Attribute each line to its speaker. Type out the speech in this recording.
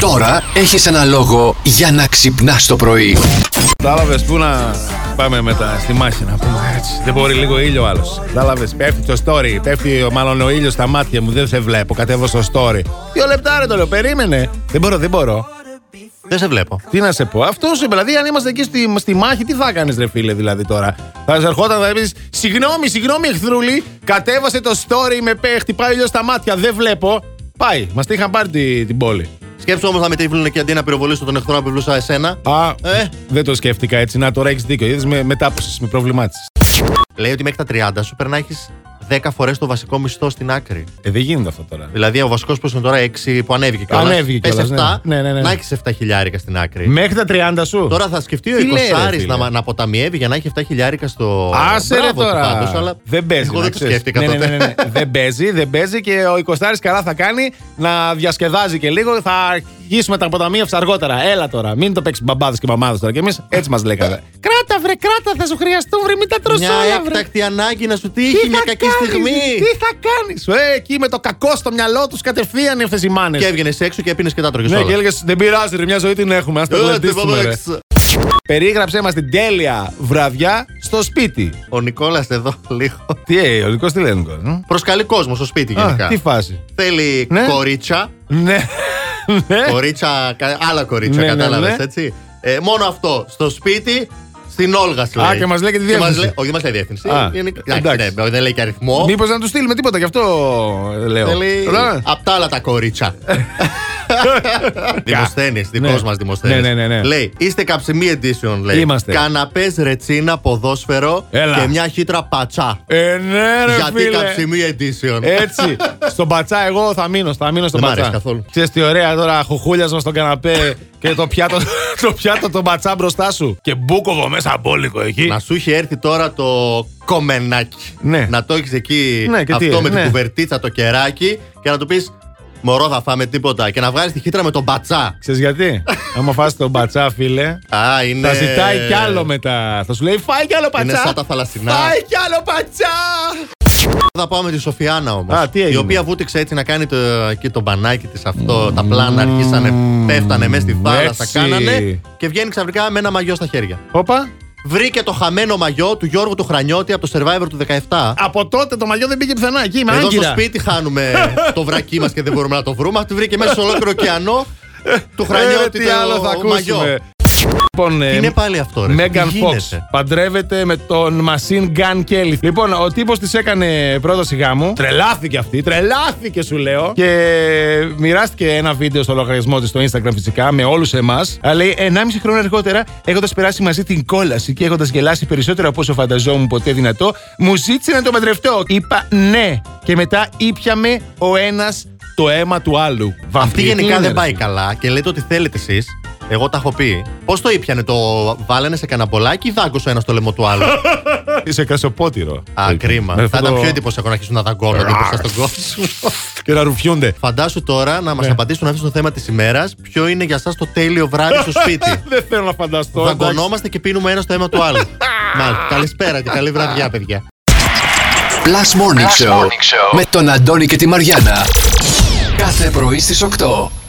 Speaker 1: Τώρα έχεις ένα λόγο για να ξυπνάς το πρωί.
Speaker 2: Κατάλαβες πού να πάμε μετά στη μάχη να πούμε έτσι. Δεν μπορεί λίγο ήλιο άλλος. Κατάλαβες. Πέφτει το story. Πέφτει ο- μάλλον ο ήλιος στα μάτια μου. Δεν σε βλέπω. Κατέβω στο story. Δύο λεπτά ρε το λέω. Περίμενε. Δεν μπορώ, δεν μπορώ. Δεν σε βλέπω. Τι να σε πω. Αυτός σου δηλαδή, αν είμαστε εκεί στη, στη μάχη, τι θα κάνεις, ρε φίλε, δηλαδή τώρα. Θα σε ερχόταν να πεις Συγγνώμη, συγγνώμη, εχθρούλη. Κατέβασε το story με πέ, χτυπάει ήλιος στα μάτια. Δεν βλέπω. Πάει. Μας τη είχαν πάρει τη- την πόλη.
Speaker 3: Σκέψου όμως να μετήβλουν και αντί να πυροβολήσουν τον εχθρό να πυροβολούσα εσένα.
Speaker 2: Α,
Speaker 3: Ε.
Speaker 2: δεν το σκέφτηκα έτσι. Να τώρα έχεις δίκιο. Είδες με, μετά με προβλημάτισες.
Speaker 3: Λέει ότι μέχρι τα 30 σου πρέπει να έχει 10 φορές το βασικό μισθό στην άκρη.
Speaker 2: Ε, δεν γίνεται αυτό τώρα.
Speaker 3: Δηλαδή, ο βασικός που είναι τώρα 6 που ανέβηκε κιόλας.
Speaker 2: Ανέβηκε κιόλας, ναι. Ναι, ναι, ναι.
Speaker 3: Να έχεις 7 χιλιάρικα στην άκρη.
Speaker 2: Ε, Μέχρι τα 30 σου.
Speaker 3: Τώρα θα σκεφτεί ο
Speaker 2: Τι λέει, ρε,
Speaker 3: 20
Speaker 2: φίλε.
Speaker 3: να, να αποταμιεύει για να έχει 7 χιλιάρικα στο.
Speaker 2: Άσε ρε
Speaker 3: Μπράβο του
Speaker 2: τώρα.
Speaker 3: πάντως, αλλά
Speaker 2: Δεν παίζει.
Speaker 3: Εγώ
Speaker 2: να
Speaker 3: δεν το
Speaker 2: ξέρεις.
Speaker 3: σκέφτηκα
Speaker 2: ναι,
Speaker 3: τότε.
Speaker 2: Ναι, ναι, ναι. δεν παίζει, δεν παίζει και ο 20 καλά θα κάνει να διασκεδάζει και λίγο. Θα αρχίσουμε τα αποταμίευση αργότερα. Έλα τώρα. Μην το παίξεις μπαμπάδες και μαμάδες τώρα. Και εμείς έτσι μας λέγατε. κράτα, βρε, κράτα, θα σου χρειαστούν, βρε, μην τα τρως
Speaker 3: Ε. Μια
Speaker 2: όλα, βρε.
Speaker 3: έκτακτη ανάγκη να σου τύχει,
Speaker 2: Τι
Speaker 3: μια
Speaker 2: θα
Speaker 3: κακή
Speaker 2: κάνεις,
Speaker 3: στιγμή.
Speaker 2: Τι θα κάνεις. Ε, εκεί με το κακό στο μυαλό τους κατευθείαν αυτέ οι μάνες.
Speaker 3: Και έβγαινες έξω και έπινες και τα τρώγες.
Speaker 2: Ναι, και έλεγες δεν πειράζει, ρε, μια ζωή την έχουμε.
Speaker 3: Ε,
Speaker 2: Α τα γλεντήσουμε, ρε». Περίγραψέ μας την τέλεια βραδιά στο σπίτι.
Speaker 3: Ο Νικόλας εδώ λίγο.
Speaker 2: Τι, ε, ο δικό τι λένε, Νικόλας,
Speaker 3: Προσκαλεί κόσμο στο σπίτι
Speaker 2: ε? Α,
Speaker 3: γενικά.
Speaker 2: Τι φάση.
Speaker 3: Θέλει
Speaker 2: Ναι.
Speaker 3: κορίτσα.
Speaker 2: Ναι. ναι.
Speaker 3: Κορίτσα, κα- άλλα κορίτσα,
Speaker 2: Ναι, ναι,
Speaker 3: κατάλαβες
Speaker 2: ναι.
Speaker 3: έτσι. Ε, μόνο αυτό. Στο σπίτι, στην Όλγας σου
Speaker 2: Α,
Speaker 3: λέει.
Speaker 2: και μας λέει και τη διεύθυνση.
Speaker 3: μας λέει- όχι, δεν μας λέει διεύθυνση.
Speaker 2: Α,
Speaker 3: Είναι- εντάξει,
Speaker 2: εντάξει.
Speaker 3: ναι, δεν λέει και αριθμό.
Speaker 2: Μήπως να τους στείλουμε τίποτα, γι' αυτό ε, λέω.
Speaker 3: Θέλει
Speaker 2: Ρωτά.
Speaker 3: απ' τα άλλα τα κορίτσα. Δημοσθένη, δικό
Speaker 2: Ναι.
Speaker 3: μας μα Δημοσθένης.
Speaker 2: Ναι, ναι, ναι, ναι.
Speaker 3: Λέει, είστε καψιμί edition, λέει.
Speaker 2: Είμαστε.
Speaker 3: Καναπές, ρετσίνα, ποδόσφαιρο
Speaker 2: Έλα.
Speaker 3: και μια χύτρα πατσά.
Speaker 2: Ε, ναι, ρε,
Speaker 3: Γιατί
Speaker 2: φίλε. Ε,
Speaker 3: καψιμί edition.
Speaker 2: Έτσι. στον πατσά, εγώ θα μείνω. Θα μείνω στον
Speaker 3: Δεν μ'
Speaker 2: πατσά.
Speaker 3: αρέσει καθόλου.
Speaker 2: Ξέρεις τι ωραία τώρα, χουχούλιασμα στον καναπέ και το πιάτο, το πιάτο τον πατσά μπροστά σου. Και μπούκοβο μέσα αμπόλικο εκεί.
Speaker 3: Να σου είχε έρθει τώρα το κομμενάκι.
Speaker 2: Ε. Ναι.
Speaker 3: Να το έχεις εκεί
Speaker 2: Ναι, και τι,
Speaker 3: αυτό με
Speaker 2: ναι.
Speaker 3: την κουβερτίτσα, το κεράκι και να του πεις Μωρό, θα φάμε τίποτα. Και να βγάλεις τη χύτρα με τον πατσά.
Speaker 2: Ξέρεις γιατί. Άμα φας τον πατσά, φίλε,
Speaker 3: Α, είναι.
Speaker 2: θα ζητάει κι άλλο μετά. Θα σου λέει φάει κι άλλο πατσά.
Speaker 3: Ναι. Είναι σαν τα θαλασσινά.
Speaker 2: Φάει κι άλλο πατσά.
Speaker 3: Θα πάω με τη Σοφιάνα όμως.
Speaker 2: Α, τι έγινε?
Speaker 3: Η οποία βούτυξε έτσι να κάνει το, εκεί το μπανάκι της αυτό. Τα πλάνα αρχίσανε, πέφτανε μέσα στη θάλασσα,
Speaker 2: έτσι.
Speaker 3: κάνανε. Και βγαίνει ξαφνικά με ένα μαγιό στα χέρια.
Speaker 2: Όπα.
Speaker 3: Βρήκε το χαμένο μαγιό του Γιώργου του Χρανιώτη από το survivor του 17.
Speaker 2: Από τότε το μαλλιό δεν πήγε πουθενά. Εκεί είμαι
Speaker 3: Εδώ στο
Speaker 2: άγκυρα.
Speaker 3: σπίτι χάνουμε το βρακί μας και δεν μπορούμε να το βρούμε. Αυτή βρήκε μέσα σε ολόκληρο ωκεανό του
Speaker 2: Ε,
Speaker 3: Χρανιώτη
Speaker 2: τι άλλο θα
Speaker 3: το μαγιό.
Speaker 2: ακούσουμε. Λοιπόν,
Speaker 3: Τι
Speaker 2: ε,
Speaker 3: είναι πάλι αυτό, ρε.
Speaker 2: Μέγαν
Speaker 3: Τι
Speaker 2: Φόξ
Speaker 3: γίνεται?
Speaker 2: παντρεύεται με τον Machine Gun Kelly. Λοιπόν, ο τύπος της έκανε πρόταση γάμου. Τρελάθηκε αυτή, τρελάθηκε σου λέω. Και μοιράστηκε ένα βίντεο στο λογαριασμό της στο Instagram φυσικά με όλους εμάς. Λέει 1,5 χρόνο αργότερα, έχοντας περάσει μαζί την κόλαση και έχοντας γελάσει περισσότερο από όσο φανταζόμουν ποτέ δυνατό, μου ζήτησε να το παντρευτώ. Είπα ναι. Και μετά ήπιαμε ο ένας το αίμα του άλλου.
Speaker 3: Αυτή γενικά δεν πάει καλά και λέτε ότι θέλετε εσείς. Εγώ τα έχω πει. Πώς το ήπιανε το βάλανε σε καναμπολάκι ή δάγκωσε ένα στο λαιμό του άλλου.
Speaker 2: Σε κρασοπότηρο.
Speaker 3: Α, κρίμα. Θα
Speaker 2: Αυτό
Speaker 3: ήταν
Speaker 2: Ε, το-
Speaker 3: πιο εντυπωσιακό να αρχίσουν να δαγκώνονται μπροστά στον κόσμο.
Speaker 2: Και να ρουφιούνται.
Speaker 3: Φαντάσου τώρα να μας
Speaker 2: Ναι.
Speaker 3: απαντήσουν αυτό το θέμα της ημέρας. Ποιο είναι για εσά το τέλειο βράδυ στο σπίτι.
Speaker 2: Δεν θέλω να φανταστώ. εντάξει.
Speaker 3: Δαγκωνόμαστε και πίνουμε ένα στο αίμα του άλλου. Μάλιστα. Καλησπέρα και καλή βραδιά, παιδιά.
Speaker 1: Plus Morning, Show, με τον Αντώνη και τη Μαριάνα. Κάθε πρωί στις 8.